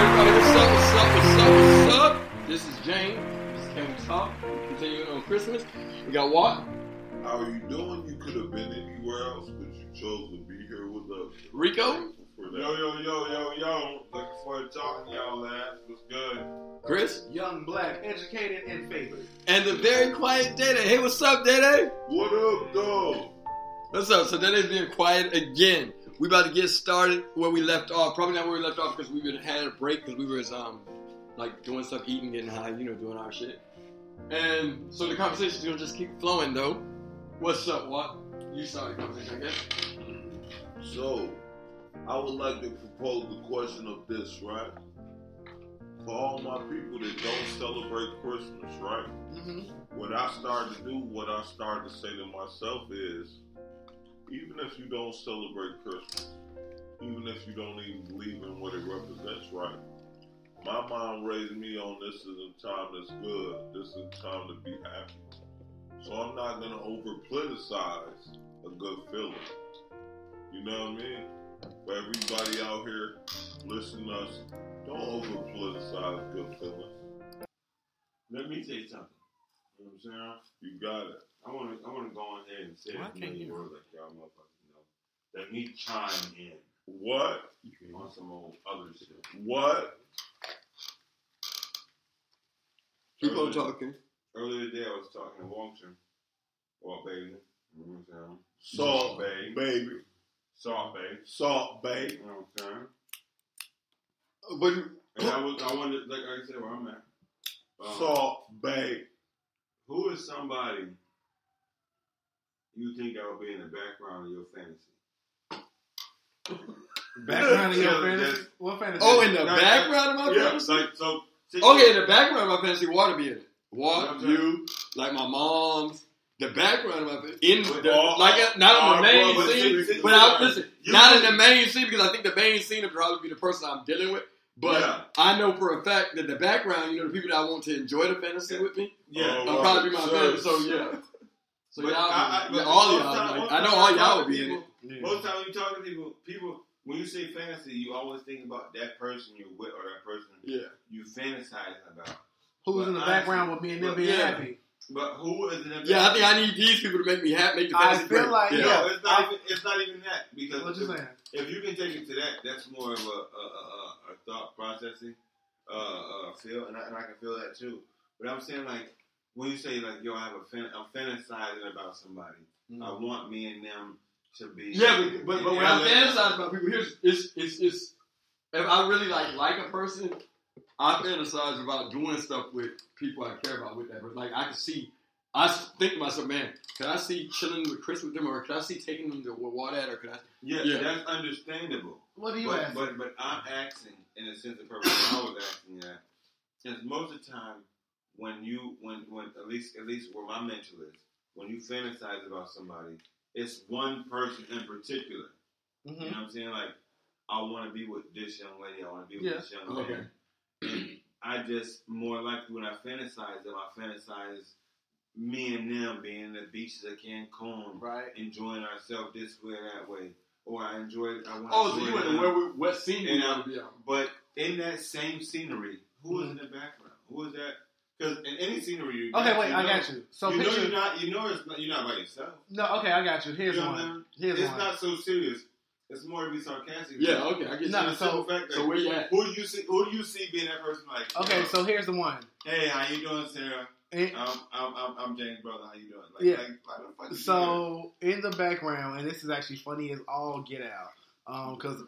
everybody, what's up, what's up, what's up, what's up? This is James. This is Can We Talk? Continuing on Christmas. We got what? How are you doing? You could have been anywhere else, but you chose to be here with us. Rico, For that. Yo, yo, yo, yo, yo. Looking forward to talking to y'all last. What's good? Chris, Young, black, educated, and favored. and the very quiet Dede. Hey, what's up, Dede? What up, dog? What's up? So Dede's being quiet again. We about to get started where we left off. Probably not where we left off because we been- had a break because we was um like doing stuff, eating, getting high, you know, doing our shit. And so the conversation's gonna just keep flowing though. What's up, what? You saw the conversation, I guess. So, I would like to propose the question of this, right? For all my people that don't celebrate Christmas, right? Mm-hmm. What I started to do, what I started to say to myself is, even if you don't celebrate Christmas, even if you don't even believe in what it represents, right? My mom raised me on this is a time that's good, this is a time to be happy. So I'm not gonna over politicize a good feeling. You know what I mean? For everybody out here, listen to us. Don't over politicize good feelings. Let me tell you something. You know what I'm saying? You got it. I want to. I want to go on ahead and say Why as can't many you? words like y'all motherfuckers know. Let me chime in What? on some old other shit. What? Keep on talking. Earlier today, I was talking to Walter. Walt Bailey. You know what I'm saying? Salt Baby. baby. Salt Bailey. Salt You baby. know what I'm saying? But And I was. I wanted, like I said, where I'm at. Um, Salt baby. who is somebody you think that would be in the background of your fantasy? Background of your Yeah, fantasy? just- What fantasy? oh, in the No, background of my Yeah, fantasy. like so. see- Okay, the background of my fantasy water be in it. Water, Okay. you, like my mom's. The background of my in the, All- like uh, not in the all main brothers, scene, sisters, but I sisters. listen You- not in the main scene because I think the main scene would probably be the person I'm dealing with. But Yeah. I know for a fact that the background, you know, the people that I want to enjoy the fantasy with me, Yeah. Oh, will probably be my sir. fantasy. So yeah, so But y'all, I- I- yeah, but all most y'all, time- like, most I know time all you y'all talk will to be in it. people- Most time you talk to people, people when you say fantasy, you always think about that person you're with or that person Yeah, you fantasizing about. Who's in the Well, background with me and them being yeah. happy? But who is in the yeah. I think I need these people to make me happy. Make the I fantasy feel great. like- yeah. No, it's not. even, it's not even that because What you if, saying? if you can take it to that, that's more of a, a, a, a- a thought processing uh, uh, feel, and I, and I can feel that too. But I'm saying like when you say like yo, I have a fan, I'm fantasizing about somebody. I want me and them to be. Yeah, but but, but when I Yeah, fantasize about people, here's it's it's it's if I really like like a person, I fantasize about doing stuff with people I care about with that person. Like I can see, I s- think to myself, man, could I see chilling with Chris with them, or could I see taking them to wa- water at, or could I? yeah, Yeah. that's understandable. What are you But, asking? but but I'm asking in a sense of purpose. I was asking you that because most of the time when you when when at least at least where my mental is when you fantasize about somebody, it's one person in particular. Mm-hmm. You know what I'm saying? Like I want to be with this young lady. I want to be with Yeah. this young man. Okay. And I just more likely when I fantasize them, I fantasize me and them being at the beaches of Cancun, Right. enjoying ourselves this way or that way. Or I enjoy. I want Oh, so you went to where we, what scene? And we I'm- would be on. but in that same scenery, who is in the background? Who is that? Because in any scenery, you Okay, wait, you I know- got you. So you know picture. you're not. You know it's not. You're not by yourself. no, okay, I got you. Here's You know what I one. mean? Here's It's one. not so serious. It's more to be sarcastic. Yeah. Okay. I get No. you. It's the simple fact that So where you at? who do you see? Who do you see being that person? Like, okay, yo, so here's the one. hey, how you doing, Sarah? It- I'm I'm I'm, I'm James brother. How you doing? Like, Yeah. Like, why the fuck is he so in the background, and this is actually funny as all get out, because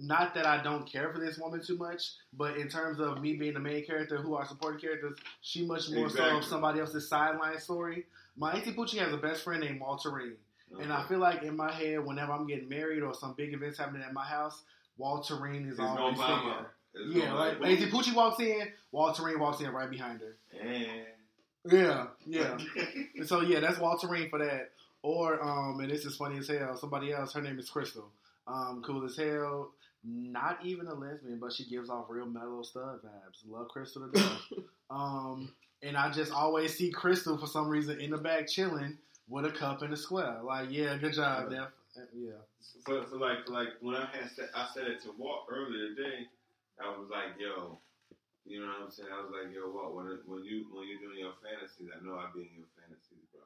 not that I don't care for this woman too much, but in terms of me being the main character, who are supporting characters, she much more so Exactly. of somebody else's sideline story. My auntie Poochie has a best friend named Walterine. here? And I feel like in my head, whenever I'm getting married or some big events happening at my house, Walterine is It's no always mama. there. It's Yeah, no like mama. Lazy Poochie walks in, Walterine walks in right behind her. And Yeah, yeah. And so yeah, that's Walterine for that. Or um, and this is funny as hell. Somebody else, her name is Crystal. Um, cool as hell. Not even a lesbian, but she gives off real mellow stud vibes. Love Crystal to death. um, and I just always see Crystal for some reason in the back chilling with a cup and a square. Like, yeah, good job, Def. Uh, Yeah. for, for like for like when I had said I said it to Walt earlier today, I was like, yo, you know what I'm saying? I was like, yo, Walt, when when you when you're doing your fantasies, I know I be in your fantasies, bro.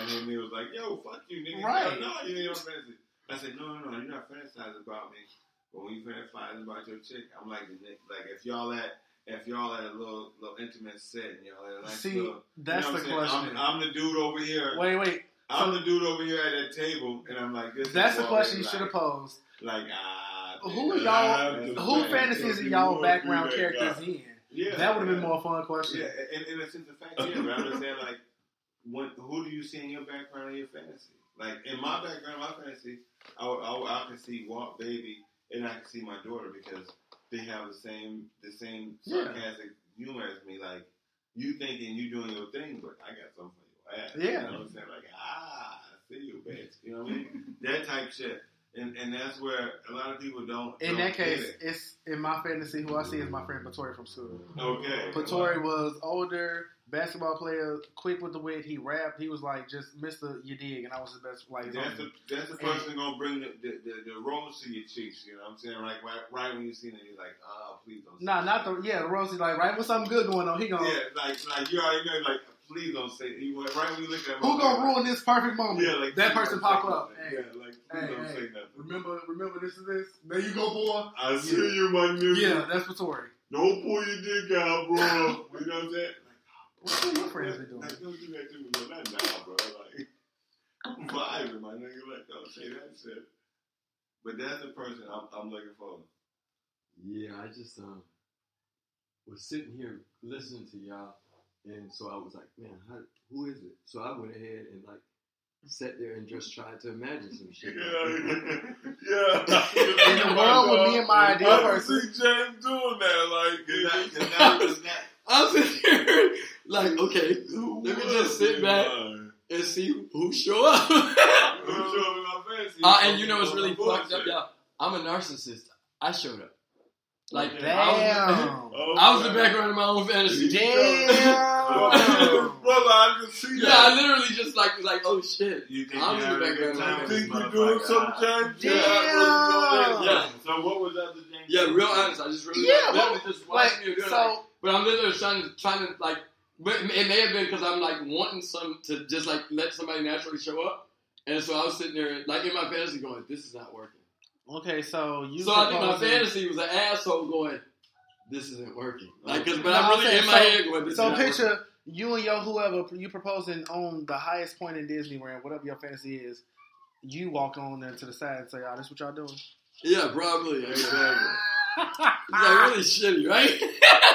And then he was like, yo, fuck you, nigga. Right. No, you're in your fantasies. I said, no, no, no, you're not fantasizing about me. But when you fantasize about your chick, I'm like, Nick, like if y'all at if y'all at a little little intimate set and y'all at a nice See, little, That's you know the what I'm saying? question. I'm, I'm the dude over here. wait, wait. I'm the dude over here at that table, and I'm like, this. That's is the Walt, question you like- should have posed. like, ah. Who man, y'all? I'm just Who like, fantasies yo, are you y'all wanna background do that, characters guy. in? Yeah, That would have been yeah. more fun question. Yeah, and, and it's just a fact, yeah, but I'm just saying, like, when, who do you see in your background in your fantasy? Like, in my background, my fantasy, I, would- I, would- I can see Walt Baby and I can see my daughter because they have the same the same Yeah. sarcastic humor as me. Like, you thinking you doing your thing, but I got something for your ass. Yeah. You know what I'm saying? Like, ah, I see you, bitch. You know what I mean? that type shit. And, and that's where a lot of people don't. In don't that get case, it. it's in my fantasy. Who I see is my friend Patori from school. Okay. Patori was older basketball player, quick with the wit. He rapped. He was like just Mister You Dig, and I was his best. Like his That's homie. the that's the person gonna bring the the, the, the rose to your cheeks. You know what I'm saying? Like right, right when you see it, you're like, oh, please don't. say nah, that." not the yeah. The Rosie like right when something good going on, he gonna Yeah, like like you already know. Like please don't say. You went right when you look at him, who gonna like, ruin this perfect moment? Yeah, like that please person don't pop say up. nothing. Hey, yeah, like please hey, don't hey. say nothing. Remember, remember this is this. There you go, boy. I see Yeah. you, my nigga. Yeah, that's Patori. Don't pull your dick out, bro. You know what I'm saying? What are your friends been doing? Like, don't do that to me, bro. Not now, bro. Like, I'm vibing, my nigga. Like, don't say that shit. But that's the person I'm, I'm looking for. Yeah, I just um was sitting here listening to y'all, and so I was like, man, how, who is it? So I went ahead and like sat there and just tried to imagine some shit. In the world with me and my ideal person. James doing that, like, Cause I- cause I was I'm sitting here like, okay, let me just sit back and see who show up. uh, and you know what's really fucked up, y'all? I'm a narcissist. I showed up. Like Okay. I Damn. was, I was the background of my own fantasy. Damn. Brother, I can see Yeah, that. I literally just like was like, oh shit. You think I was you're the background having a good time? of my Think own you're doing some James James? I really don't Yeah. think so. So what was that the James Yeah, James? real honest. I just really Yeah, like, literally just Like, watched me doing like, so But I'm literally trying to trying to like. But it may have been because I'm like wanting some to just like let somebody naturally show up, and so I was sitting there like in my fantasy going, "This is not working." okay, so you. so I think my proposing- fantasy was an asshole going, "This isn't working." Like, cause, but No, I'm I'm really saying, in my so- head going, "This is So not working." picture you and your whoever you proposing on the highest point in Disneyland, whatever your fantasy is. You walk on there to the side and say, "Oh, this what y'all doing?" Yeah, probably. Exactly. it's like really shitty, right?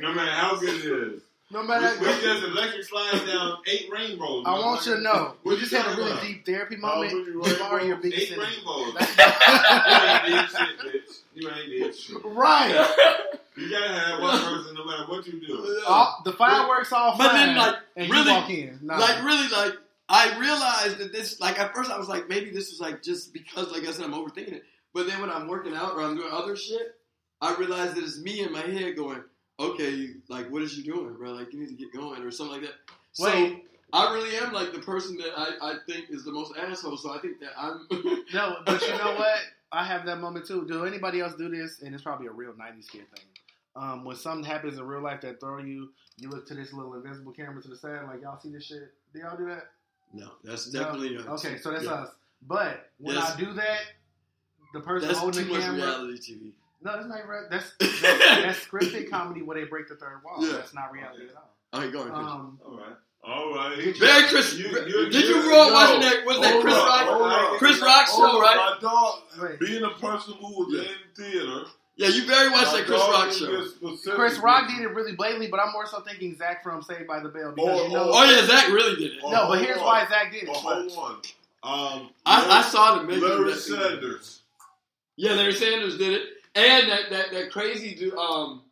No matter how good it is. No We, matter. we just electric slides down eight rainbows. I want you to know, What we you just had a talking really about? deep therapy How moment. would you You are your rainbow- biggest Eight enemy. rainbows. You ain't That's- did shit, bitch. You ain't did shit. right. You gotta have one person no matter what you do. All, the fireworks all fine. But then, like, and really- you walk in. No. Like really, like I realized that this. Like at first, I was like, maybe this was like just because, like I said, I'm overthinking it. But then when I'm working out or I'm doing other shit, I realize that it's me in my head going, okay, like what is you doing, bro? Like you need to get going or something like that. So Wait. I really am like the person that I, I think is the most asshole. So I think that I'm. No, but you know what? I have that moment too. Do anybody else do this? And it's probably a real '90s kid thing. Um, when something happens in real life that throw you, you look to this little invisible camera to the side, like y'all see this shit. Do y'all do that? no, that's No? definitely a- Okay, so that's yeah. us. But when Yes. I do that, the person That's holding too the much camera. reality TV. No, that's not re- that's that's, that's scripted comedy where they break the third wall. Yeah. That's not reality at all. All right, go on. Chris. Um, Alright. Alright. Merry Christmas. You- you- Did you you- grow up yo, watching that? What's that? hold Chris on, Rock. hold on. Chris Rock show, Hold on, right? My dog, wait. being a person who was Yeah. in theater. Yeah, you very much my that Chris dog Rock did show. this specifically. Chris Rock did it really blatantly, but I'm more so thinking Zach from Saved by the Bell because Or- you know. Oh yeah, Zach really did it. or- no, but here's hold why on. Zach did it. But hold on. Um, I, I saw the mention of Larry that- Sanders. Yeah, Larry Sanders did it, and that that, that crazy dude. Um,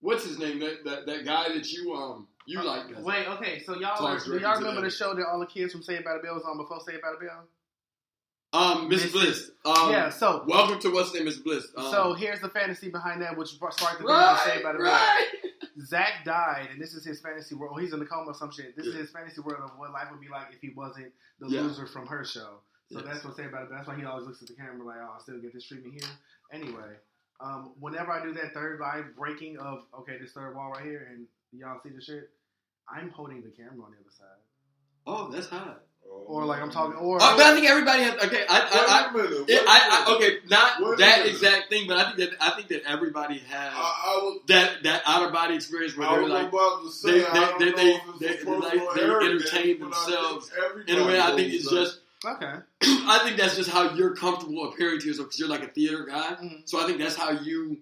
what's his name? That, that that guy that you um Uh, you like. does it. Wait, okay, so y'all Talks do right y'all into remember that. the show that all the kids from Saved by the Bell was on before Saved by the Bell? Um, Miss Miss- Bliss. Um, yeah, so Welcome to what's name is Bliss. Um, so here's the fantasy behind that, which brought- sparked the thing from right, Saved by the Bell. right. Zach died, and this is his fantasy world. He's in the coma or some shit. This is Yeah. his fantasy world of what life would be like if he wasn't the Yeah. loser from her show. So Yes. that's what Saved by the Bell. That's why he always looks at the camera like, "Oh, I still get this treatment here." Anyway, um, whenever I do that third vibe breaking of okay, this third wall right here, and y'all see the shit, I'm holding the camera on the other side, Oh, that's hot. or like I'm talking, or Uh, but I think everybody has. Okay, I Wait I, a minute. I, wait I, a I minute. okay, not Wait a that minute. exact thing, but I think that I think that everybody has I, I was, that that outer body experience where Uh, I they're was like. about to say, they- I don't they- know they- if it's they- a personal like, they arrogance, entertain but I themselves. think everybody In a way, I think goes it's like- just okay. I think that's just how you're comfortable appearing to yourself because you're like a theater guy. Mhm. So I think that's how you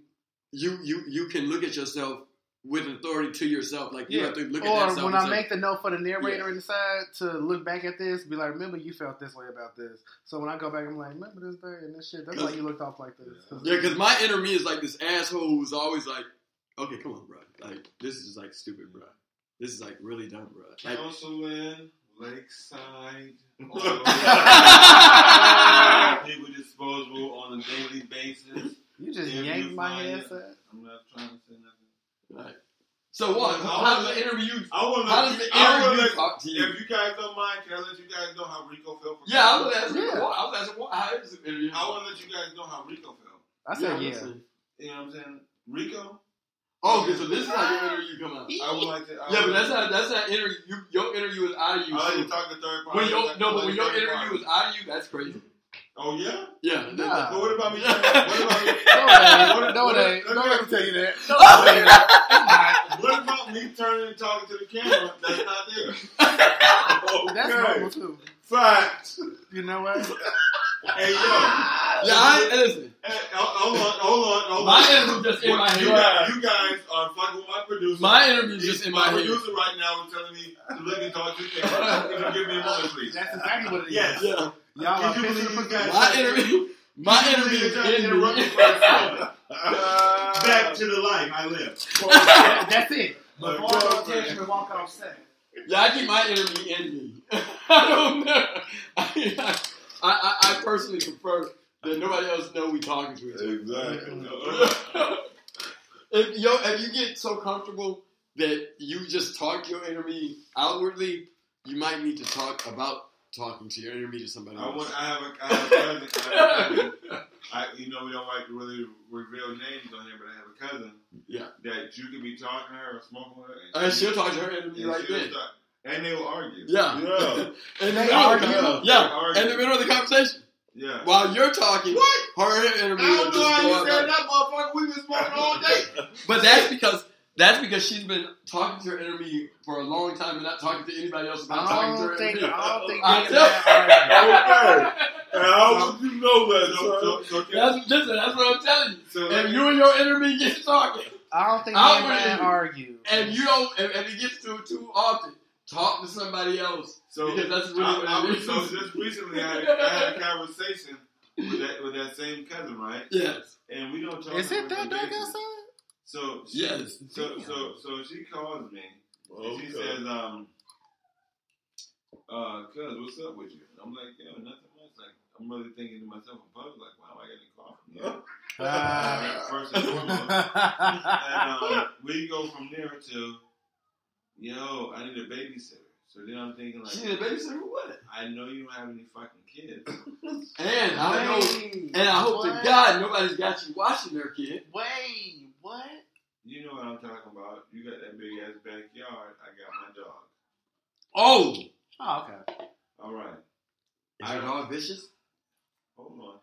you you you can look at yourself with authority to yourself. Like you Yeah. have to look at Or yourself. when and I say, make the note for the narrator Yeah. inside to look back at this, be like, remember you felt this way about this. So when I go back, I'm like, remember this day and this shit. That's why you looked off like this. yeah, because my inner me is like this asshole who's always like, okay, come on, bro. Like this is like stupid, bro. This is like really dumb, bro. Like, Counseling, Lakeside, all I over. people disposable on a daily basis. you just If yanked you my find ass it. up. I'm not trying to say nothing. so what? How does the inner you? I want How does the to. I inner want you to. talk to you? If you guys don't mind, can I let you guys know how Rico felt? For Yeah, I was asking. Yeah. Why? I was asking why. How is the inner you? I want to let you guys know how Rico felt. I said, yeah. listen. You know what I'm saying? Rico, Oh, okay, so this is how your inner you come out. I would like to. Yeah, I but would- that's not that's not inner you. Your inner you is out of you. I so- like to Oh, talk to third party. when your I no, like but to when your third interview party. was out of you, that's crazy. Oh yeah. Yeah. Nah. But what about me? Yeah. What about me? No, it ain't. What- No, what- it ain't. let Don't me let ask me tell you that. Don't let What me tell you that. about- what about me turning and talking to the camera? That's not there. That's normal, too. Facts. You know what? Hey yo. Yeah, I, and listen, Hey, hold on, hold on, hold on. my interview just in my you, head. guys, you guys are fucking with my producer. My interview just in my my head. producer right now is telling me to look and talk to the camera. Can you give me a moment, please? That's exactly what it is. Yes. Yeah, Y'all are Can you pissing believe the you fuck guys- out. my interview, my interview Please, is in interrupt me me. for a second. Back to the life I live. That's it. My All those girlfriend. tension and walk off set. Yeah, I keep my interview in me. I don't know. I, I, I personally prefer that nobody else know we talking to each other. Exactly. if yo, if you get so comfortable that you just talk your enemy outwardly, you might need to talk about talking to your enemy to somebody I else. want. I have a. I have a cousin. I have a cousin. I, you know, we don't like to really reveal names on here, but I have a cousin. Yeah. That you could be talking to her or smoking with her, and, and she'll talk to her enemy and right she'll then. start- and they will argue. Yeah. Yeah. In the They middle of the conversation. argue. They Yeah. argue. In the middle of the conversation, Yeah. while you're talking, her and her enemy will just go out like- that, motherfucker. We've been smoking all day. But that's because that's because she's been talking to her enemy for a long time and not talking to anybody else about I talking to her don't think, enemy. I don't think I niggas tell- that arrogant. okay. And how would you know that? So, so, so, That's, listen, that's what I'm telling you. so If you and your enemy get talking. I don't think I me and wouldn't. Ryan argue. and you don't, and, and it gets to it too often. Talk to somebody else. So Because that's really I, what I it was- is. so just recently I had, I had a conversation with that with that same cousin, right? Yes, And we don't talk. Is on a it that regular dark basis. outside? So she, yes. so so so she calls me Oh, and she says, um, uh, cuz what's up with you? And I'm like, yo, nothing much. Like I'm really thinking to myself in public, like, why am I getting a call from you? Ah. First and foremost. And um, we go from there to, yo, I need a babysitter. So then I'm thinking like, She did a babysitter for what? I know you don't have any fucking kids. And I know, Wait, and I hope to oh, what? God nobody's got you watching their kid. Wait, what? You know what I'm talking about. You got that big ass backyard. I got my dog. Oh, is Oh, okay. All right, your dog vicious? hold on.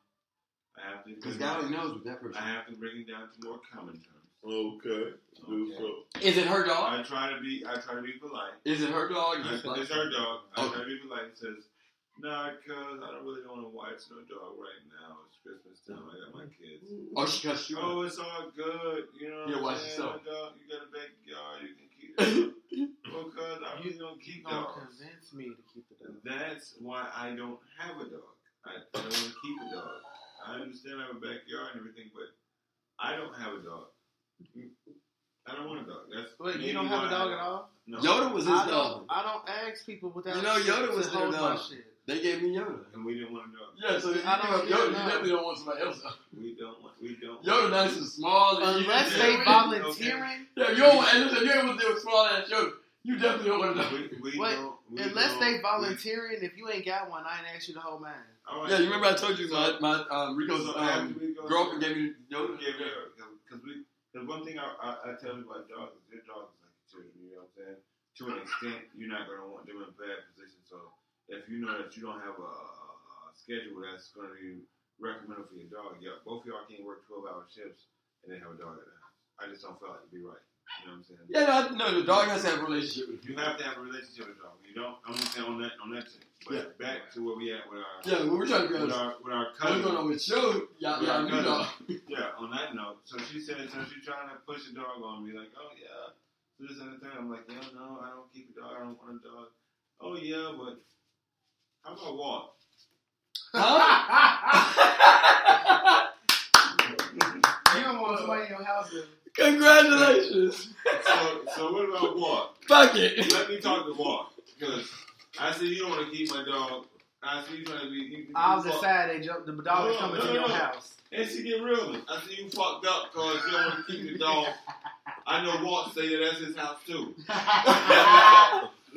I have to. Because God only knows with that person. I have to bring it down to more common terms. Okay. Okay. Is it her dog? I try to be. I try to be polite. Is it her dog? I- Yes, like- It's her dog. Oh. I Okay. try to be polite and says, "Nah, cuz I don't really want to watch no dog right now. It's Christmas time. I got my kids." Mm-hmm. Oh, she cussed you out. Oh, it's all good. You know, what Yeah, I'm watch saying? yourself. Dog, you got a backyard, you can keep it. well, cuz I really don't keep You gonna dogs. convince me to keep the dog. That's why I don't have a dog. I don't want to keep a dog. I understand I have a backyard and everything, but I don't have a dog. I don't want a dog. That's Wait, maybe you don't have why a dog I- at all? Oh, No. Yoda was his I dog. don't, I don't ask people without You know, shit Yoda to was their hold my dog. shit. They gave me Yoda. And we didn't want a dog. Yeah, so you, I don't- give up Yoda, you yeah, no. definitely don't want somebody else. dog. We don't want. We don't. Yoda nice and small. And Unless you, they Yeah. volunteering, Yeah, you don't want. And listen, you ain't want to deal with small ass Yoda. You definitely don't want a dog. We, we What? don't. We unless don't, they volunteering, if you ain't got one, I ain't asked you to hold mine. We, all right. Yeah, you remember I told you my my um, Rico's So after um, we go- girlfriend gave me Yoda. because we because one thing I, I, I tell you about dogs is your dogs is like your children, you know what I'm saying? To an extent, you're not gonna want them in a bad position. So if you know that you don't have a, a, a schedule that's gonna be recommended for your dog, yeah, both of y'all can't work 12 hour shifts and then have a dog at the house. I just don't feel like it'd be right. You know what I'm saying? Yeah, no, I- no, the dog has to have a relationship with You have to have a relationship with a dog. You don't. I'm just saying on that on that thing. But Yeah. back to where we at with our you. Yeah, we were trying to be with honest. our with our I was cousins. going on with you. Yeah, yeah, I knew dog. Yeah, on that note, so she said, so she trying to push a dog on me, like, oh yeah, so this and the third. I'm like, yeah, no, I don't keep a dog, I don't want a dog. Oh yeah, but how about walk? Huh? You don't want somebody in your house to Congratulations. So, so what about walk? Fuck it. Let me talk to walk because I said you don't want to keep my dog. I said you trying to be. You, you I'll fuck- decide that your- the dog is No, coming no, to your no. house. And she get real. I said you fucked up because you don't want to keep the dog. I know Walt say that that's his house too.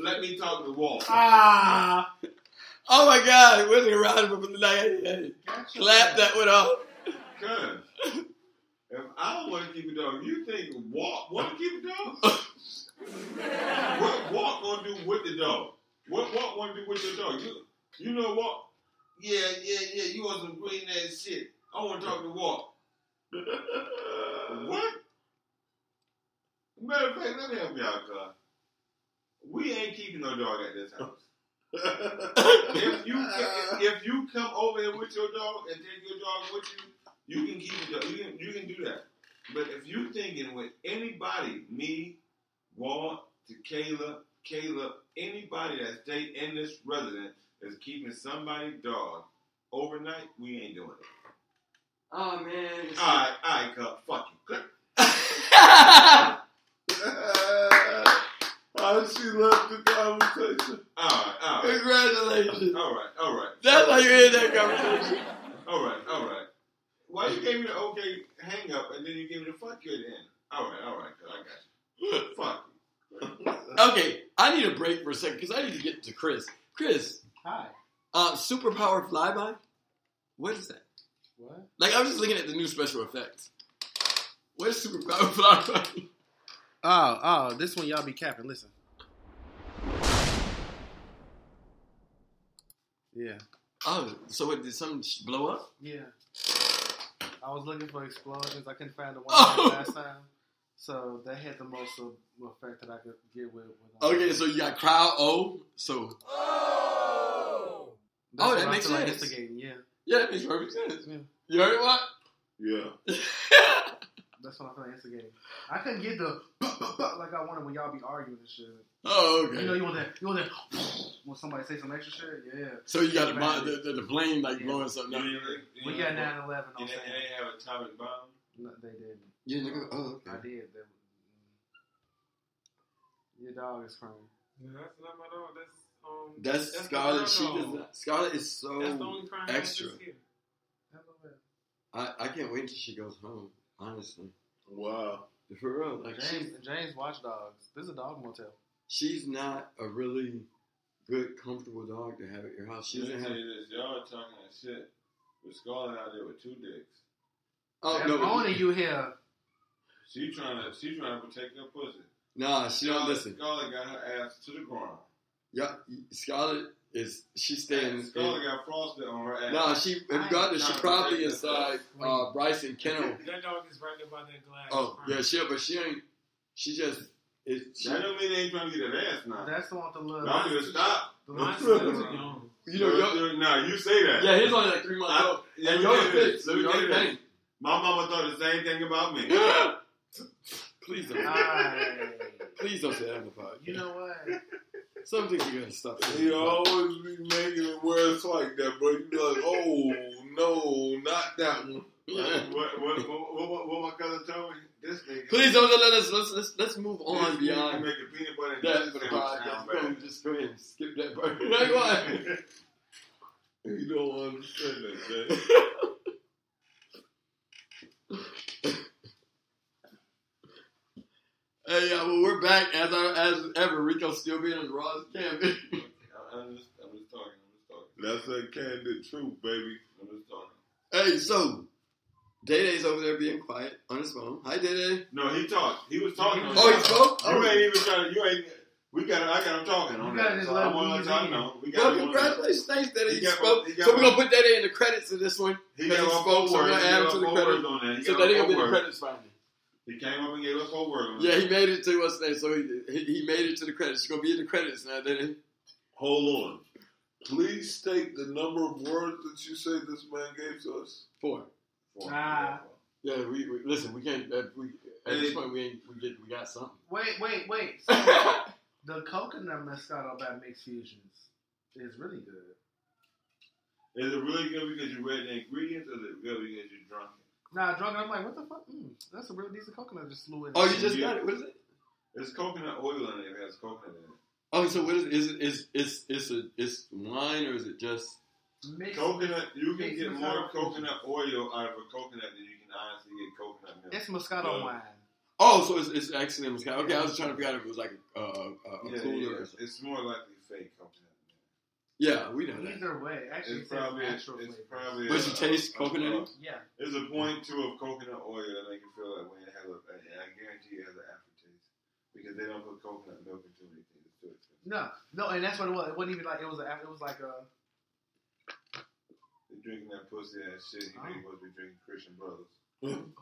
Let me talk to Walt. Ah, Oh my god, wasn't a round of like clap that went off. Cause if I don't want to keep a dog, you think walk want to keep a dog? what walk gonna do with the dog? What walk want to do with your dog? You you know walk? Yeah yeah yeah. You want some green ass shit? I want to talk to walk. what? Matter of fact, let me help y'all, cuz. We ain't keeping no dog at this house. if you if, if you come over here with your dog and take your dog with you, you can keep it. You can you can do that. But if you thinking with anybody, me, Walt, to Kayla, Caleb, anybody that stay in this residence is keeping somebody's dog overnight, we ain't doing it. Oh man. All right, all right, cuz, fuck you. Click. How she left the conversation. All right, all right, Congratulations. all right, all right. That's how you end that conversation. All right, all right. Why you gave me the okay hang up and then you gave me the fuck you at the end? All right, all right, cuz I got you. fuck you. Okay, I need a break for a second because I need to get to Chris. Chris, hi. uh, superpower flyby? What is that? What? Like, I was just looking at the new special effects. What is superpower flyby? Oh, oh, this one y'all be capping. Listen. Yeah. Oh, so what, did something sh- blow up? Yeah. I was looking for explosions. I couldn't find the one Oh. last time. So that had the most of effect that I could get with. with um, Okay, so you got crowd O. So that's oh, what that I makes feel like sense. instigating, yeah. yeah, that makes perfect sense. Yeah. You heard what? Yeah. That's what I feel like instigating. I couldn't get the buh, buh, buh like I wanted when y'all be arguing and shit. oh, You know, okay. you want that. You want that. When somebody say some extra shit, yeah. So you got the, bomb- the, the, the plane like Yeah. blowing something up. We You got know, 9 11 on You didn't, Saturday. have a atomic bomb? No, they didn't. Yeah, nigga. Oh, I did. They, your dog is crying. Yeah, that's not my dog. That's um. That's, that's Scarlet. the She dog. does not. Scarlet is so. That's the only crime extra. that's here. I, I can't wait till she goes home. Honestly, Wow. for real. Like James, James watch dogs. This is a dog motel. she's she's not a really good, comfortable dog to have at your house. She Let me doesn't tell have. you this, y'all are talking that shit. With Scarlett out there with two dicks. Oh I'm no, owning but, you here. She trying to she trying to protect her pussy. nah, she don't Scarlett- listen. Scarlett got her ass to the ground. Yeah, Scarlet is she And stands. Scarlett got frosted on her ass. Nah, she. If you got this, she probably is like uh, Bryson Kennel. That dog is right there by that glass. Oh crime. yeah, she. But she ain't. She just. It, she, that don't mean they ain't trying to get that ass now. That's the one with the little. Y'all need to stop. the Mine's little- still young. you know, yo, nah, you say that. yeah, he's only like three months I- old. Yeah, and let me yours tell you fits. this. Let me tell you Yours this. ain't. My mama thought the same thing about me. Please don't. Aye. Please don't say that on the podcast. You know what? Some things you gotta stop. He always be making it worse like that, bro. You be like, oh no, not that one. Yeah. What, what, what, what, what, what my cousin told me? This nigga. Please don't let us. Let's let's let's move this on nigga beyond. Making peanut butter and that jelly for the sandwich podcast. sound bad. Just go ahead and skip that part. Like what? You don't understand that, man. Hey, yeah, well, we're back as our, as ever. Rico still being as raw as can be. I- I'm just, I'm just talking. I'm just talking. That's a candid truth, baby. I'm just talking. Hey, so Day Day's over there being quiet on his phone. Hi, Day Day. No, he talked. He was talking. Oh, he spoke. You Oh. ain't even trying to. You ain't. We got. I got him talking on You gotta that. just So let I him want ease to let y'all in. know. We got Well, him on that. congratulations. Thanks, Day Day. He You got spoke. one- he got So we're gonna one- put Day Day in the credits of this one. He Because got he off spoke, four so I'm words. gonna He add got him off to the four credit. words on that. He So got Day Day off gonna be in four the words. credits finally. He came up and gave us four words. on Yeah, that. he made it to us today, so he, he he made it to the credits. It's gonna be in the credits now, Day Day. Hold on. Please state the number of words that you say this man gave to us. Four. Four. Nah. Yeah, we, we listen. We can't. Uh, we, at this point, we ain't. We get. We got something. Wait, wait, wait. So, the coconut mezcal by Mixed Fusions is really good. Is it really good because you read the ingredients, or is it good because you drunk it? Nah, drunk. I'm like, what the fuck? Mm, that's a real decent coconut. Just flew in. Oh, you just got it. What is it? There's coconut oil in it. It has coconut in it. Oh, so what is it? Is it is is is a is wine or is it just? Mixed- Coconut. You can Mix get with more our- coconut oil out of a coconut than you can honestly get coconut milk. It's Moscato No. wine. Oh, so it's, it's actually a Moscato. Okay, I was trying to figure out if it was like a, a, a, a yeah, cooler yeah. or something. It's more likely fake coconut. milk. Yeah, we know that. Either way, actually, It's probably. It's natural flavor. probably. But you uh, taste uh, coconut? uh, yeah. There's a point too of coconut oil that make you feel like when it has a, and I guarantee it has an aftertaste because they don't put coconut milk into anything. It's too expensive. No, no, and that's what it was. It wasn't even like it was. A, it was like a. You're drinking that pussy ass shit. You know you're supposed to be drinking Christian brothers.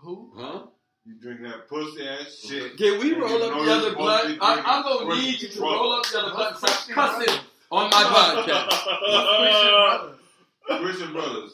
Who? Huh? You drinking that pussy ass shit. Can we And roll you up know the you're other supposed to blunt? be I, drinking I'm gonna Christian need you to brothers. roll up the other blunt and stop Christian cussing brothers? on my podcast. Christian brothers. Christian brothers.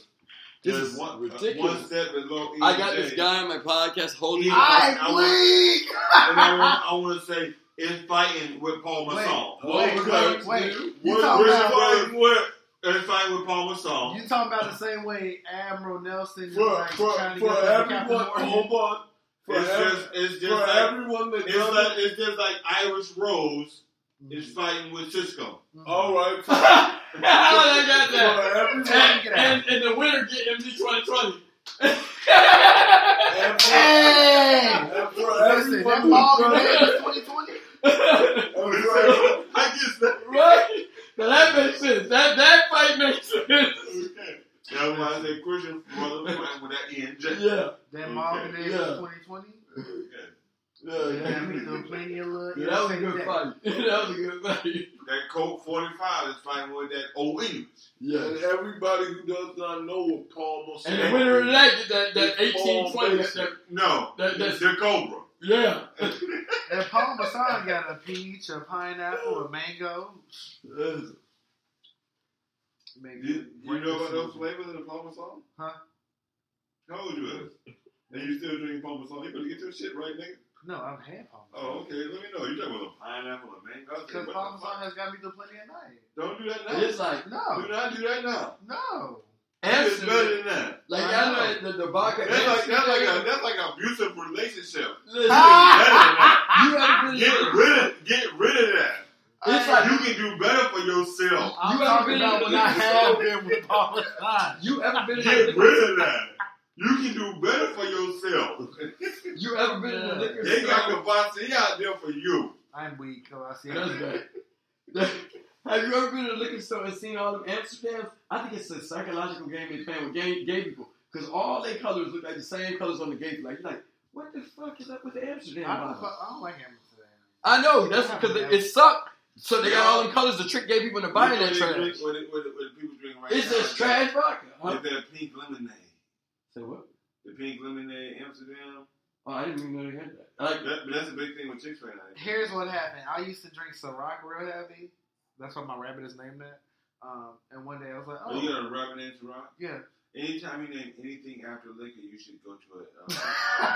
This There's is one, uh, One ridiculous. step below. E I got this EJ. guy on my podcast holding. I I bleed. and I want, I want to say it's fighting with Paul Wait. Masson. Wait, because- wait, you What talking Christian about? brothers? What? It's fighting with Paul Masson. You talking about the same way Admiral Nelson is For, like for, trying to for get back at everyone, Captain hold Morgan? on. For, It's ev- just, it's for just like, everyone that it's doesn't. like, it's just like Irish Rose is Mhm. fighting with Cisco. Mhm. all right. For, I got for that. everyone, Take And, it out. and, and the winner get MD 2020. and for, Mm-hmm. Hey! and for Listen, that everyone, ball who we made does- in 2020? and for everyone- I guess that. right? Now that makes sense. That that fight makes sense. That's why I said Christian brother fighting with that Ian Jack. Yeah. That Marvin Day Yeah. in 2020? Yeah, Yeah, yeah. we do plenty of little. Yeah, that was a innocent good death. fight. that was a good fight. That Colt 45 is fighting with that E. old English. Yeah. and everybody who does not know what Paul Masson And the winner of that get that that It's eighteen all twenty. basic. No, That- that's- the Cobra. Yeah. And Paul Masson got a peach, a pineapple, a mango. Make You, you great know about those decisions. flavors in the Parmesan? Huh? Told you it. And you still drinking Parmesan? You better get your shit right, nigga. No, I've had Paul Masson. Oh, okay. Let me know. You talking about a pineapple and mango? I said, Because what Paul the fuck? Masson has got me through plenty of night. Don't do that now. It's like No, Do not do that now. no. It's better Amsterdam. than that. Like I know the the vodka. That's like that's like a that's like an abusive relationship. Listen, Better you ever been? than that. Get rid of get rid of that. It's like You can do better for yourself. I'm You ever talking been about in when the- I have been with Paul Masson. you ever been in Get a liquor, rid of that. You can do better for yourself. you ever been in a liquor They got store? Kavasi out there for you. I'm weak, so I see. That's bad. Have you ever been to a liquor store and seen all them Amsterdams? I think it's a psychological game they're playing with gay, gay people. Because all their colors look like the same colors on the gay people. Like, you're like, what the fuck is up with the Amsterdam I don't, fu- bottles? I don't like Hamilton. I know, that's because it, it sucked. So they got all them colors to trick gay people into buying that You know what they trash. drink- What, it- what, it- what people drink right It's now? just trash vodka. Huh? Is that pink lemonade? Say what? The pink lemonade Amsterdam. Oh, I didn't even know they had that. Like, That, but that's a big thing with chicks right now. Here's what happened. I used to drink Ciroc real heavy. That's why my rabbit is named that. Um, and one day I was like, Oh, you oh, got a rabbit into rock. yeah. Anytime you name anything after liquor, you should go to a. Uh,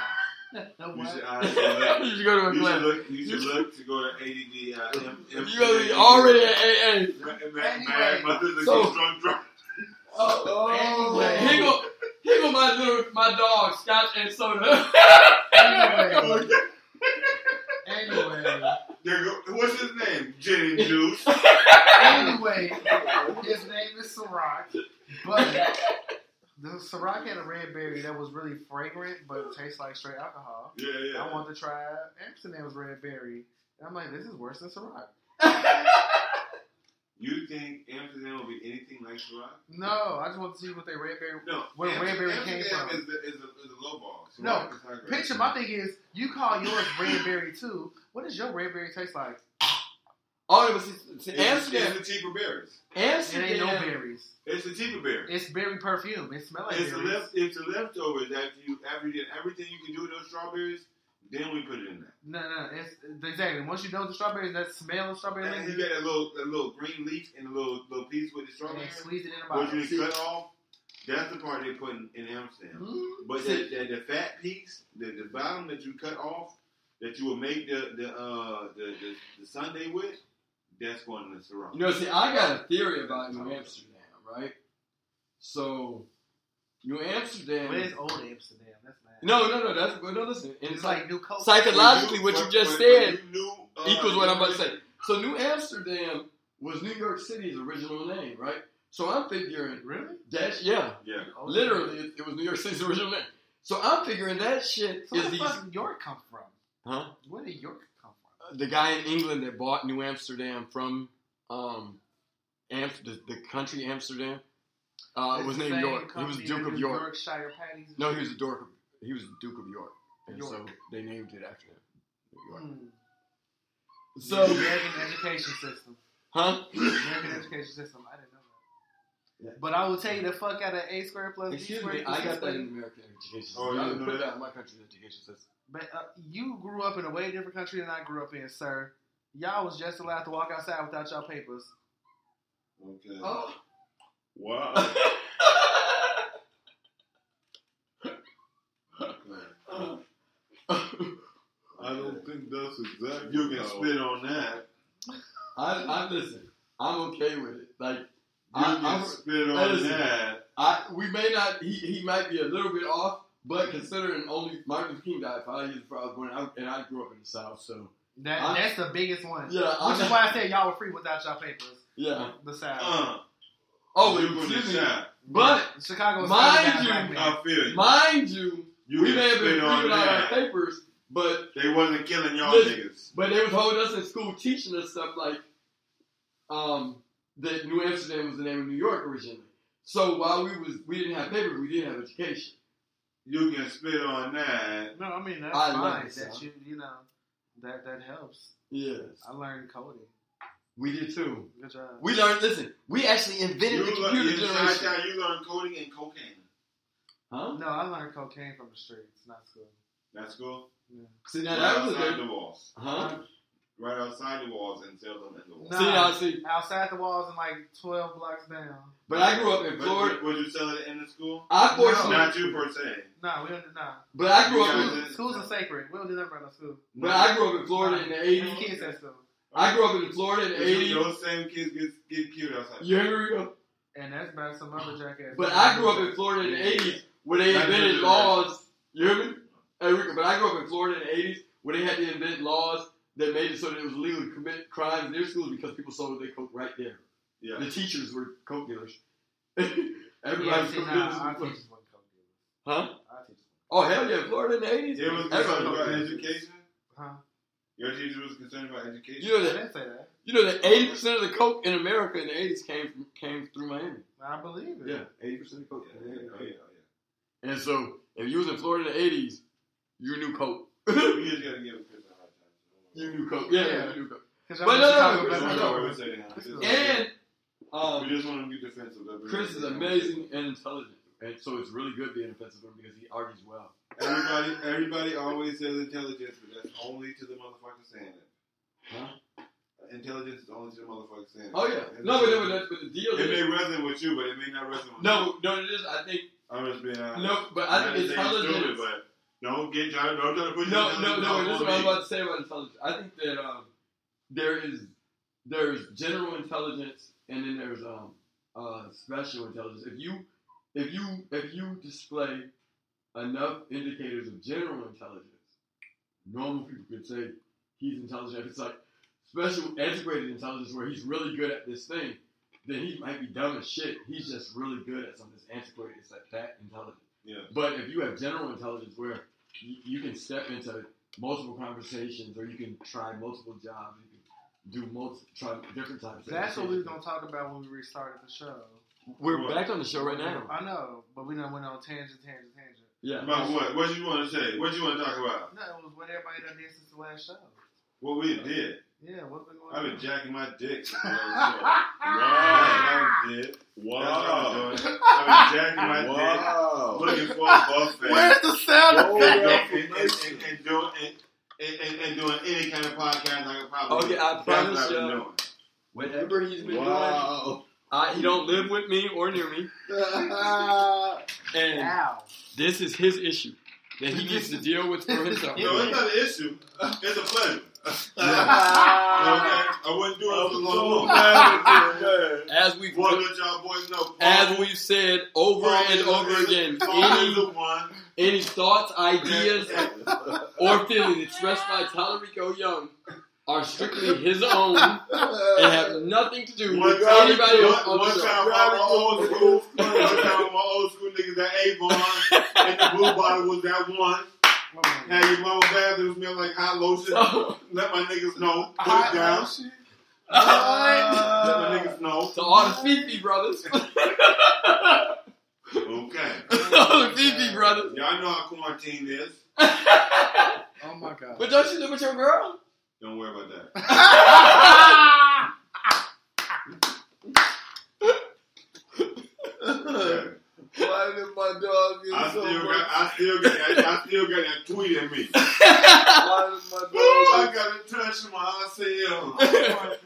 That You what? should honestly look. you should go to a You should class. look. You should look to go to ADD. Uh, M- M- If you already, already at AA. Ma- ma- Anyway. ma- mother's a So- strong drunk. Oh, Oh. Here go, here go my little, my dog, Scotch and soda. Anyway. anyway. There go. What's his name? Gin and Juice. Anyway, his name is Ciroc, but the Ciroc had a red berry that was really fragrant, but it tastes like straight alcohol. Yeah, yeah. I wanted to try Amsterdam's red berry. And I'm like, this is worse than Ciroc. You think Amsterdam will be anything like Ciroc? No, I just want to see what they red berry. No. Where red Amsterdam- berry came Amsterdam from. Is the, is the, is the low ball. No, Ciroc is high grade. Picture my thing is, you call yours red berry too. What does your red berry taste like? oh, it was see, It's, it's Amsterdam. the cheaper berries. It ain't no Amsterdam. berries. It's the cheaper berries. It's berry perfume. It smells like It's the berries. left. It's the leftovers after you after you did everything you can do with those strawberries. Then we put it in there. No, no, it's exactly. Once you know the strawberries, that smell of strawberry And you liquor, get a little a little green leaf and a little little piece with the and strawberry. then squeeze it in a What bottle. you cut off. That's the part they put in, in Amsterdam. Mm. But the, the, the fat piece, the, the bottom that you cut off, that you will make the the uh the, the, the Sunday with, that's going in the Ciroc. You know, see, I got a theory about New Amsterdam, right? So, New But it's Amsterdam. old Amsterdam. That's not. No, no, no. That's well, no. Listen, it's, it's like like oh, new culture. psychologically what you But- just but- but said. you knew, uh, equals what I'm about to say. So, New Amsterdam was New York City's original name, right? So I'm figuring really? that, yeah, Yeah. Old literally, it, it was New York City's original name. So I'm figuring that shit So where is the the fuck did York come from? huh? Where did York come from? the guy in England that bought New Amsterdam from um, Am- the, the country Amsterdam uh, It's was the named same York. He was company that Duke of did York. Yorkshire patties. and No, shit. he was a Dork. He was Duke of York, and so York. they named it after him. New York. Mm. So, the American education system. huh? The American education system. I didn't know that. But I will tell you the fuck out of a squared plus b Excuse squared. me, equals I c got that squared. in the American education system. Oh, you I didn't know put that? that in my country's education system. But uh, you grew up in a way different country than I grew up in, sir. Y'all was just allowed to walk outside without y'all papers. Okay. Oh. Wow. Okay. Oh. Oh. I don't think that's exactly. You can spit on that. I, I listen. I'm okay with it. Like You I- can I'm- spit on listen. that. I we may not he, he might be a little bit off, but considering only Martin Luther King died five years before I was born, I, and I grew up in the South, so That I- that's the biggest one. yeah, Which is I'm, why I said y'all were free without y'all papers. yeah. The South. Uh, Oh, you put excuse me. it down. But Chicago, mind you- uh, I feel you. mind you, You we can may have been spit on reading out our that. papers, but They wasn't killing y'all Listen. niggas. but they was holding us in school teaching us stuff like um that New Amsterdam was the name of New York originally. So while we was we didn't have papers, we did have education. You can spit on that. no, I mean that's I love fine. the That South. you you know that that helps. Yes, I learned coding. we did too. Good job. We learned. Listen, we actually invented You the learn, computer inside generation. down, you learn coding and cocaine. Huh? No, I learned cocaine from the streets, not school. That's cool. Yeah. See now Right that was a outside good. the walls. Huh? Right outside the walls and sell them in the walls. No. See now see, Outside the walls and like twelve blocks down. but I grew up in But Florida. would, would you sell it in the school? I fortunately, Not you per se. Nah, we don't. Nah, but I grew up. You In, guys- schools are sacred. We don't do nothing around the school. but I grew up in Florida in the And the eighties. kids that school, I grew up in Florida in the But you- eighties. Those same kids get, get cute outside. You hear me? Rico? and that's by some other jackass. But I grew up in Florida in the eighties where they Not invented you. laws. You hear me? Hey, Rico, but I grew up in Florida in the eighties where they had to invent laws that made it so that it was legal to commit crimes in their schools because people sold their coke right there. Yeah. The teachers were coke dealers. Yeah, Everybody's see, coke nah, our dealers. teachers wasn't coke dealers. Huh? Our teachers. Oh hell yeah, Florida in the eighties. It was concerned about education. Huh? Your teacher was concerned about education. You know I that didn't say that. you know that eighty percent of the coke in America in the eighties came from, came through Miami. I believe it. eighty percent of coke. Yeah, yeah, yeah, yeah. And so if you was in Florida in the eighties, you knew coke. We just gotta give Chris a hard time. you knew coke. Yeah, Yeah. you knew coke. Cause But no, y'all no, Chicago no, back Chris, no, when I'm y'all no. sorry, were- we're saying that. Chris is- And we um, just want to be defensive. of Chris is everything. amazing and intelligent, and so it's really good being offensive to him because he argues well. Everybody, everybody always says intelligence, but that's only to the motherfucker saying it. Huh? Intelligence is only to the motherfucker saying it. Oh yeah, And no, but, that's- no, but, that's- but the deal It is may resonate with you, but it may not resonate with me. no, no, it is. I think I'm just being honest. no, but I'm I not think saying it's intelligence. Stupid, but Don't get trying. Don't try to put No, your no, no. down This is on what I was me. about to say about intelligence. I think that um, there is there is general intelligence, and then there's um, uh, special intelligence. If you if you if you display enough indicators of general intelligence, normal people could say he's intelligent. If It's like special educated intelligence where he's really good at this thing. Then he might be dumb as shit. He's just really good at something that's antiquated. It's like that intelligent. Yeah. But if you have general intelligence where you, you can step into multiple conversations or you can try multiple jobs, you can do multiple, try different types of That's what we conversations. was gonna talk about when we restarted the show. We're back on the show right now. I know, but we done went on tangent, tangent, tangent. Yeah. About what? What you want to say? What you want to talk about? No, it was what everybody done did since the last show. What we did? Yeah, what's been going I've on? been jacking my dick. since I Ah! was twelve. That's what Wow. I did. That's what I've been jacking my dick, Wow. looking for a buffet. Where's the sound Rolled up effect? and, and, and, and doing and, and, and, and doing any kind of podcast I could probably. Okay, Oh, I That's what I've promise been you, doing. whatever he's been doing, Wow. I, he don't live with me or near me, and Ow. this is his issue that he gets to deal with for himself. No, it's not an issue. It's a pleasure. Ah. Okay? I wouldn't do it for so long. glad Want As we've to let y'all boys know. Paul- as we've said over Paul and is- over again, Paul is any the one. any thoughts, ideas, that- or feelings expressed by Tolerico Young are strictly his own and have nothing to do One with time, anybody else on one, one the show. time, my old school, one time, my old school niggas at Avon and the blue bottle was that one. Oh my Had your mama bath, it was smelled like hot lotion. So, Let my niggas know. Put Hot it down. Let my niggas know. to all the Fifi brothers, Okay. all the Fifi brothers. Y'all know how quarantine is. but Oh my god. don't you live with your girl? Don't worry about that. Okay. Why did my dog get I so still much? got, I still got, that, I still got that tweet at me. Oh, Why did my dog? I got to touch my ICL.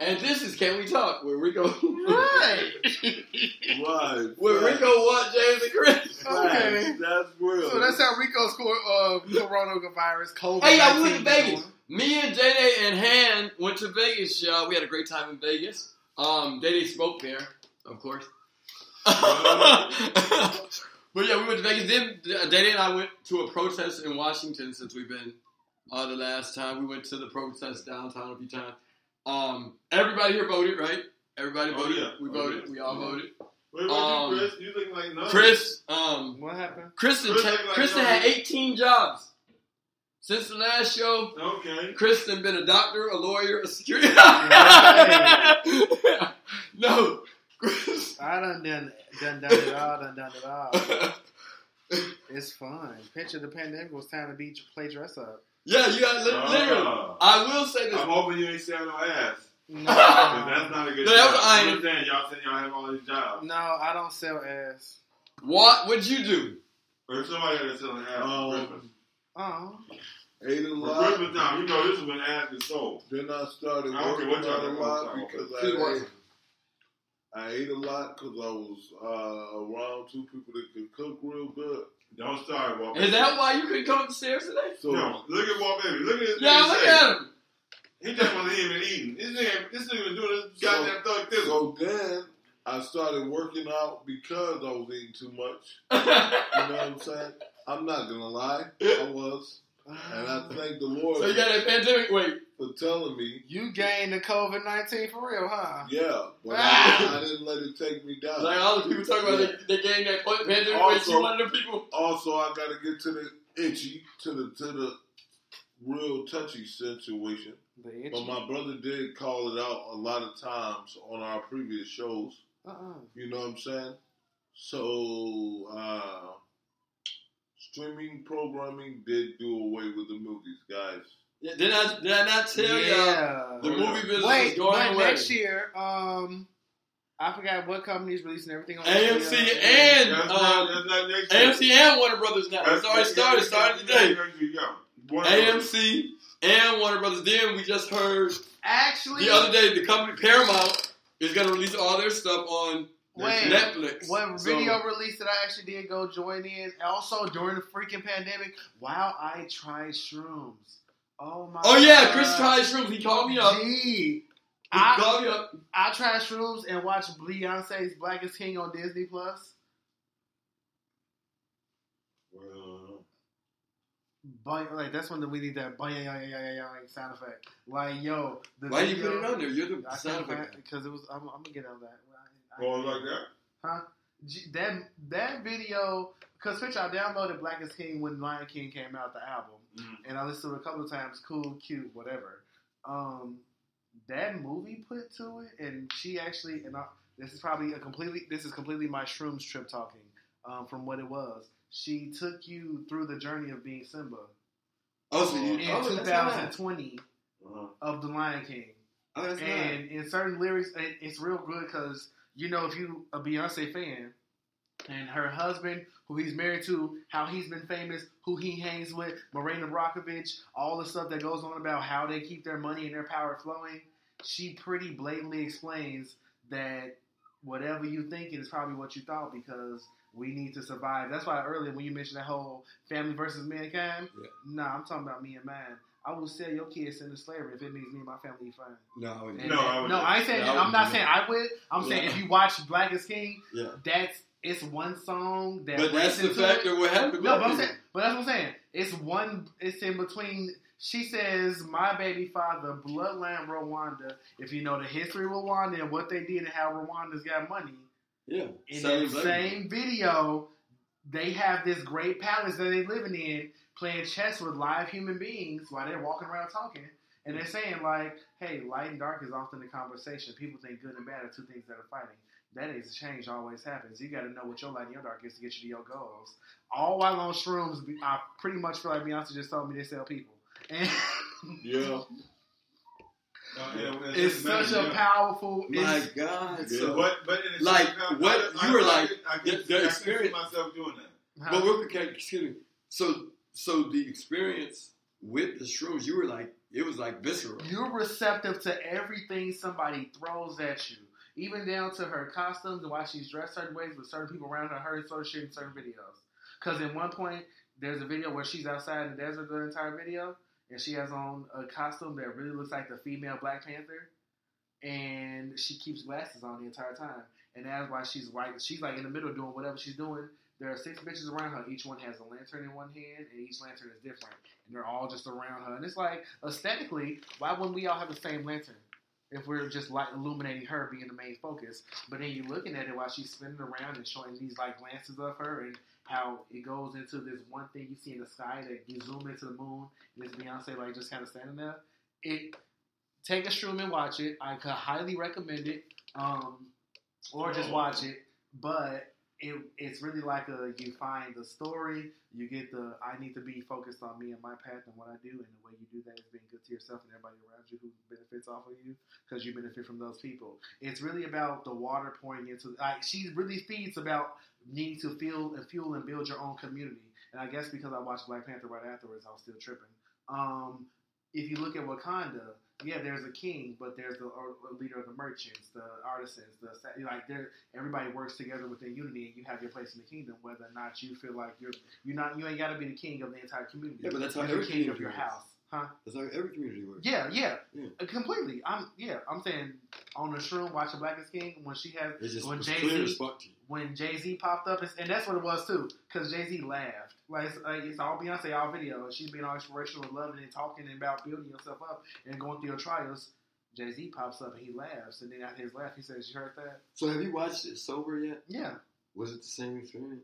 and this is Can We Talk, where Rico, Right. Why? where Rico what James and Chris. Okay. That's real. So that's how Rico scored uh, coronavirus, COVID. Hey, y'all, we went to Vegas. Me and Day Day and Han went to Vegas, y'all. We had a great time in Vegas. Um, Day Day smoked there, of course. but yeah, we went to Vegas. Then uh, Day Day and I went to a protest in Washington since we've been uh, the last time. We went to the protest downtown a few times. Um, everybody here voted, right? Everybody Oh, voted. yeah. We Oh, voted. yeah. We all Yeah. voted. Wait, what Um, you, Chris? You look like no. Chris, um, What happened? Kristen, Chris check- ain't like Kristen no- had 18 jobs since the last show. Okay. Kristen been a doctor, a lawyer, a security. Right. no, Chris. I done done done done it all. Done done it all. It's fun. Picture the pandemic was time to be play dress up. yeah, you got li- literally. Ah. I will say this. I'm hoping you ain't selling no ass. No, 'Cause that's no, not a good Uh, No, that was job. iron. understand y'all saying y'all have all these jobs. I don't sell ass. What would you do? Or if somebody had to sell an ass Um, for Christmas. Oh, Ate a For lot. Christmas time, you know this is when ass is sold. Then I started I don't working care what out y'all a doing. lot Sorry. because Keep I ate, working. I ate a lot because I was uh, around two people that could cook real good. Don't start, Walt. Is that why you couldn't come upstairs today? So No, look at Walt Baby. Look at his Yeah, nigga look shape. at him. He just wasn't even eating. This nigga, this nigga was doing this goddamn thug this. so then I started working out because I was eating too much. You know what I'm saying? I'm not gonna lie, I was, and I thank the Lord so you got that pandemic. Wait, for telling me. you gained the COVID nineteen for real, huh? Yeah, but Ah. I, I didn't let it take me down. like all the people talking about, they, they gained that point- pandemic. weight. Also- you one of the people. also I gotta get to the itchy, to the to the real touchy situation. The itch. But my brother did call it out a lot of times on our previous shows. Uh-uh. You know what I'm saying? So uh streaming programming did do away with the movies, guys. Yeah, did I did I not tell y'all yeah. the movie business is Wait, going but away? next year, um, I forgot what company's releasing everything on AMC HBO. and That's um, not, that's not next year. AMC and Warner Brothers now. That's- It's already started. that's- Started that's today. next year, yeah. Warner Brothers. AMC and Warner Brothers. Then we just heard actually, the other day the company Paramount is going to release all their stuff on Wait. Netflix. What So, video release that I actually did go join in? Also during the freaking pandemic, while I tried shrooms. Oh my! Oh yeah, God. Chris tried shrooms. He called me up. He Gee, I, called me up. I tried shrooms and watched Beyonce's Black is King on Disney Plus. Well, But like that's when we need that bang, bang, bang, bang, bang sound effect. Like yo, the Why you video- put it on there? You're the I sound effect. because it was. I'm, I'm gonna get on that. I- I- going like that. G- that that video because picture I downloaded Black is King when Lion King came out the album, Mhm. Mm-hmm. and I listened to it a couple of times. Cool, cute, whatever. Um, that movie put to it, and she actually and I, this is probably a completely this is completely my shrooms trip talking um, from what it was. She took you through the journey of being Simba Oh, so in you, oh, that's nice. 2020 Uh-huh. of the Lion King Oh, that's nice. and in certain lyrics, it, it's real good because you know if you a Beyonce fan, and her husband, who he's married to, how he's been famous, who he hangs with, Marina Brockovich, all the stuff that goes on about how they keep their money and their power flowing. She pretty blatantly explains that whatever you think is probably what you thought because we need to survive. That's why earlier when you mentioned that whole family versus mankind, Yeah. nah, I'm talking about me and mine. I will sell your kids into slavery if it means me and my family fine. No, And No, that- I would no, do I ain't saying. Yeah, I I'm would not do saying I would. I'm saying Yeah. if you watch Black is King, Yeah. that's it's one song that. but that's breaks the into fact it. that what happened. No, but I'm with it. saying, but that's what I'm saying. It's one. It's in between. She says, "My baby father, bloodline Rwanda. If you know the history of Rwanda and what they did and how Rwanda's got money, Yeah. in Same the video. same video, they have this great palace that they're living in, playing chess with live human beings while they're walking around talking. And they're saying, like, hey, light and dark is often the conversation. People think good and bad are two things that are fighting. That is change always happens. You got to know what your light and your dark is to get you to your goals. All while on shrooms, I pretty much feel like Beyonce just told me they sell people. And Yeah. it's such a powerful. my it's- God. Yeah. So, But but in the Like, same time, what- I- you were I, like, I, the- can, the I can experience- see myself doing that. but real quick, excuse me. So, so the experience with the shrooms, you were like, it was like visceral. You're receptive to everything somebody throws at you, even down to her costumes and why she's dressed certain ways with certain people around her, her associating certain videos. Because in one point, there's a video where she's outside in the desert the entire video, and she has on a costume that really looks like the female Black Panther, and she keeps glasses on the entire time, and that's why she's like she's like in the middle doing whatever she's doing. There are six bitches around her. Each one has a lantern in one hand, and each lantern is different and they're all just around her. And it's like aesthetically, why wouldn't we all have the same lantern if we're just like illuminating her being the main focus? But then you're looking at it while she's spinning around and showing these like glances of her and how it goes into this one thing you see in the sky that you zoom into the moon and it's Beyonce like just kind of standing there. It take a stream and watch it. I could highly recommend it, um, or just watch it. But it, it's really like a you find the story, you get the I need to be focused on me and my path and what I do, and the way you do that is being good to yourself and everybody around you who benefits off of you because you benefit from those people. It's really about the water pouring into like she really feeds about needing to feel and fuel and build your own community. And I guess because I watched Black Panther right afterwards, I was still tripping. Um, if you look at Wakanda, yeah, there's a king, but there's the or- or leader of the merchants, the artisans, the sa- like. There, everybody works together within unity, and you have your place in the kingdom. Whether or not you feel like you're, you're not, you ain't got to be the king of the entire community. Yeah, but that's how You're the every king of your community is. house, huh? That's how every community works. Yeah, yeah, Yeah. Uh, completely. I'm, yeah, I'm saying on the shroom, watching Black is King when she has It's just when It's Jay clear as Z fuck to you. when Jay Z popped up, it's- and that's what it was too, because Jay Z laughed. Like it's, like it's all Beyonce, all video. She's being all inspirational and loving and talking about building yourself up and going through your trials. Jay Z pops up and he laughs, and then after his laugh, he says, "You heard that? So have you watched it sober yet? Yeah." Was it the same experience?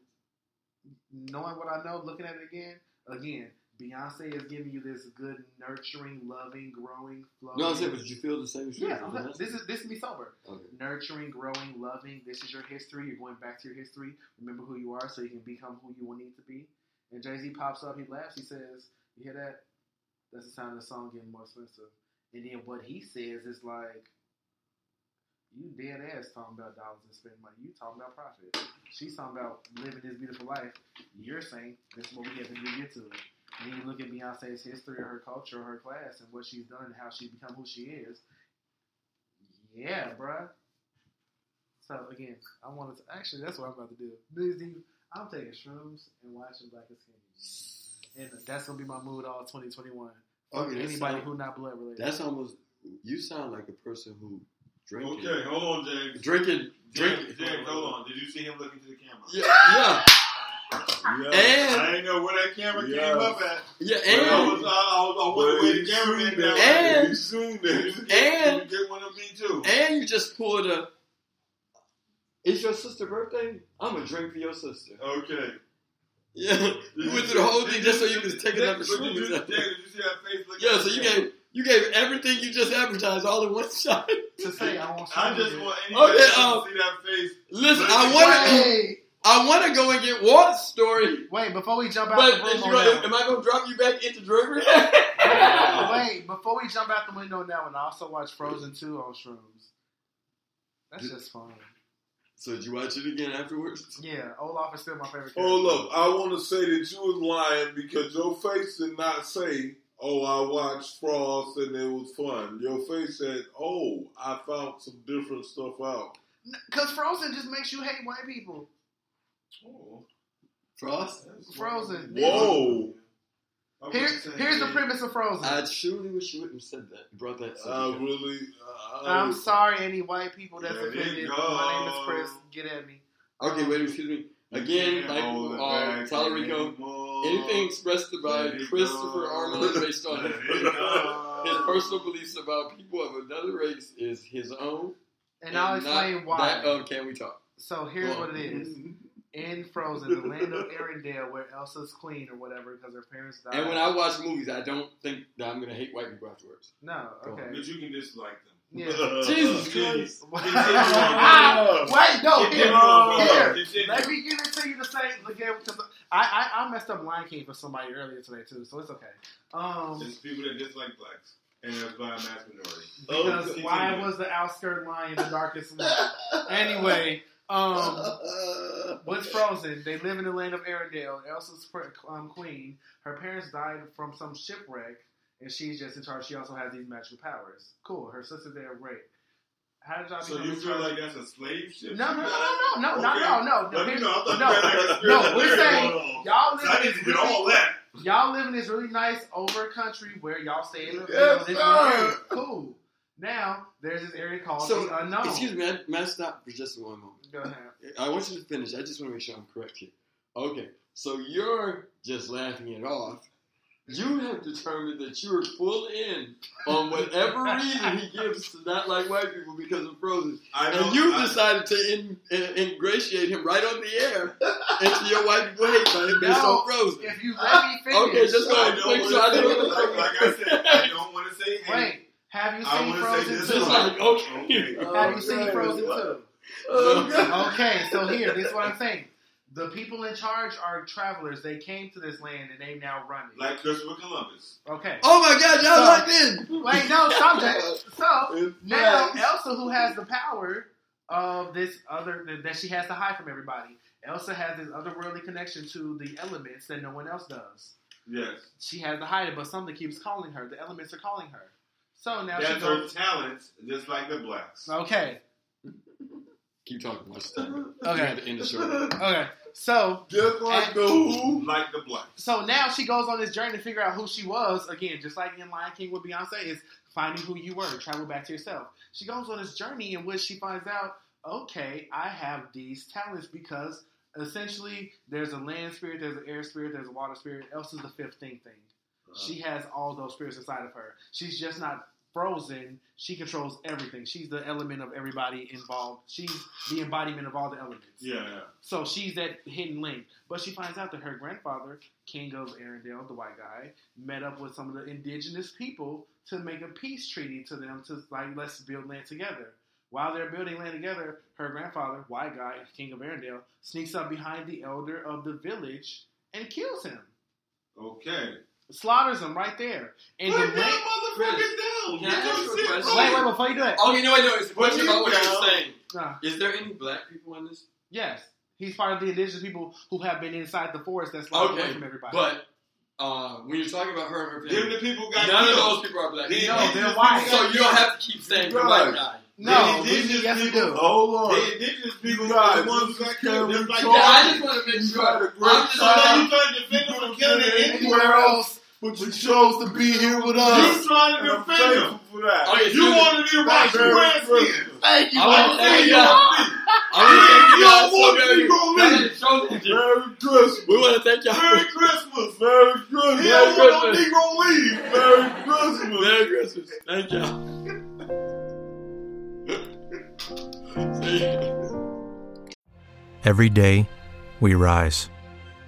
Knowing what I know, looking at it again, again, Beyonce is giving you this good, nurturing, loving, growing, flowing. No, I said, but did you feel the same yeah, experience? I'm not- this is this is me sober. Okay. nurturing, growing, loving. This is your history. You're going back to your history. Remember who you are so you can become who you will need to be. And Jay Z pops up, he laughs, he says, You hear that? That's the sound of the song getting more expensive. And then what he says is like, You dead ass talking about dollars and spending money. You talking about profit. She's talking about living this beautiful life. You're saying this is what we have to do to get to it. And then you look at Beyonce's history, her culture, her class, and what she's done, and how she's become who she is. Yeah, bruh. So again, I wanted to actually that's what I'm about to do. New Year's Eve, I'm taking shrooms and watching Black is King, and that's gonna be my mood all 2021. Fuck Okay, that's anybody not- who not blood related. That's almost. You sound like a person who drinking, Okay, hold on, James. drinking, James, drinking. James, hold on. Did you see him looking to the camera? Yeah, yeah, Yeah. and I didn't know where that camera Yeah. came up at. yeah, And I and was, I, I was, I wondered where the camera came down. And- you zoomed it. and- you get one of me too. and you just pulled a. It's your sister's birthday. I'm gonna drink for your sister. okay. Yeah, you went through the whole thing just so you could take another Did you, James, shrooms. did you see that face looking? Yeah, so you gave you gave everything you just advertised all in one shot. to say I want. I shrooms just again. want anybody Okay, to um, see that face. Listen, I want to Wait, I want to go and get Walt's story, wait before we jump out but the room is you on gonna, that. am I gonna drop you back into drug one. Wait, before we jump out the window on that one, I also watch Frozen 2 on shrooms. That's just fun. So did you watch it again afterwards? Yeah, Olaf is still my favorite. Character. Hold up. I want to say that you was lying because your face did not say, oh, I watched Frost and it was fun. Your face said, oh, I found some different stuff out. Because Frozen just makes you hate white people. Frost. Frozen. Whoa. Here, here's the premise of Frozen. I truly wish you wouldn't have said that. You brought that. I subject up. really. I, I'm sorry, any white people that's There you offended. go. My name is Chris. Get at me. Okay, wait, excuse me. Again, like uh, Talarico, anything expressed by There you Christopher go. Armand based on his, There you go. his personal beliefs about people of another race is his own, And, I'll not explain why. That of can we talk? so here's what it is. In Frozen, the land of Arendelle, where Elsa's queen or whatever, because her parents died. And when I watch movies, I don't think that I'm gonna hate white people afterwards. no, Go on. okay, But you can dislike them. yeah. Uh, Jesus oh, Christ! Wow. Wait, no, Get them here, on, bro. here. Continue. Let me give it to you the same again because I, I I messed up Lion King for somebody earlier today too, so it's okay. Um, It's people that dislike blacks and that's by a mass minority. because continue. why was the outskirt lion the darkest one? anyway, um, with Frozen, they live in the land of Arendelle. Elsa's pr- um, queen. Her parents died from some shipwreck, and she's just in charge. She also has these magical powers. Cool. Her sister's there, great. How did y'all So become you in feel charge- like that's a slave ship? No, no, no, no, no, no, Okay. no, no, no. Let me Here's- know. I thought no. you no, had like we're saying- Y'all Y'all live I in need this to get really- all that. Y'all live in this really nice over country where y'all stay in a Yes, this sir. area. Cool. Now there's this area called So, the unknown. Excuse me, I- may I stop for just one moment? Go ahead. I want you to finish. I just want to make sure I'm correct here. Okay, so you're just laughing it off. You have determined that you're full in on whatever reason he gives to not like white people because of Frozen, I know. and you I- decided to in, in, ingratiate him right on the air into your white people hate by him based No. on Frozen. If you let me finish, Okay, just go I ahead. don't Quick, wanna so I say- don't- like, like I said, I don't want to say hate. wait. Have you I seen wanna say Frozen this two? Just like okay, Okay. Have you seen Frozen two? Oh, God. Okay, so here, this is what I'm saying. The people in charge are travelers. They came to this land and they now run it. Like Christopher Columbus. okay. Oh my God, y'all So- locked in. Wait, no, stop that. So Now Yes. Elsa, who has the power of this other that- that she has to hide from everybody, Elsa has this otherworldly connection to the elements that no one else does. Yes. She has to hide it, but something keeps calling her. The elements are calling her. So now she That's her goes. talents, just like the blacks. Okay. Keep talking. Watch the time. You had Okay. to end the show. Okay. So Just like the who? Like the blacks. so now she goes on this journey to figure out who she was again, just like in Lion King with Beyonce is finding who you were, travel back to yourself. She goes on this journey in which she finds out, okay, I have these talents because essentially there's a land spirit, there's an air spirit, there's a water spirit. Elsa's the fifth thing thing. Uh-huh. She has all those spirits inside of her. She's just not frozen. She controls everything. She's the element of everybody involved. She's the embodiment of all the elements. Yeah. So she's that hidden link. But she finds out that her grandfather, King of Arendelle, the white guy, met up with some of the indigenous people to make a peace treaty to them to like let's build land together. While they're building land together, her grandfather, white guy, King of Arendelle, sneaks up behind the elder of the village and kills him. Okay. Slaughters him right there. And the Put that land- motherfucker down. Can I ask you a You question? don't wait, sit wait, right. before you do that. Okay, no, wait, Oh, no. It's a question Well, you about what know. you're saying. Nah. Is there any black people in this? yes. He's part of the indigenous people who have been inside the forest that's locked Okay, away from everybody. But uh, when you're talking about her and her Them family, the people got none of killed. those people are black. Them No, people. they're people white. got So you don't killed. have to keep saying the white guy. No, The we, indigenous yes, we people- do. Hold on. The indigenous You people guys, are the this is ones that killed Kevin them. Like, Yeah, I just want to make You sure. had a great I'm just so time. like, you trying to defend them for killing it. Anywhere else, But you chose to be here with us. You trying And to I'm defend them. thankful for that. Oh, yeah, You wanted your rights. You Very ran privileged. thank you. I want to Thank thank you. y'all. I want Y'all to want thank me, y'all. gonna Y'all didn't show me. Merry Christmas. We want to thank y'all. Merry for- Christmas. Merry Christmas. Yeah, Yeah, Merry Christmas. Christmas. Negro leave. Merry Christmas. Merry Christmas. Thank y'all. See ya. Every day, we rise,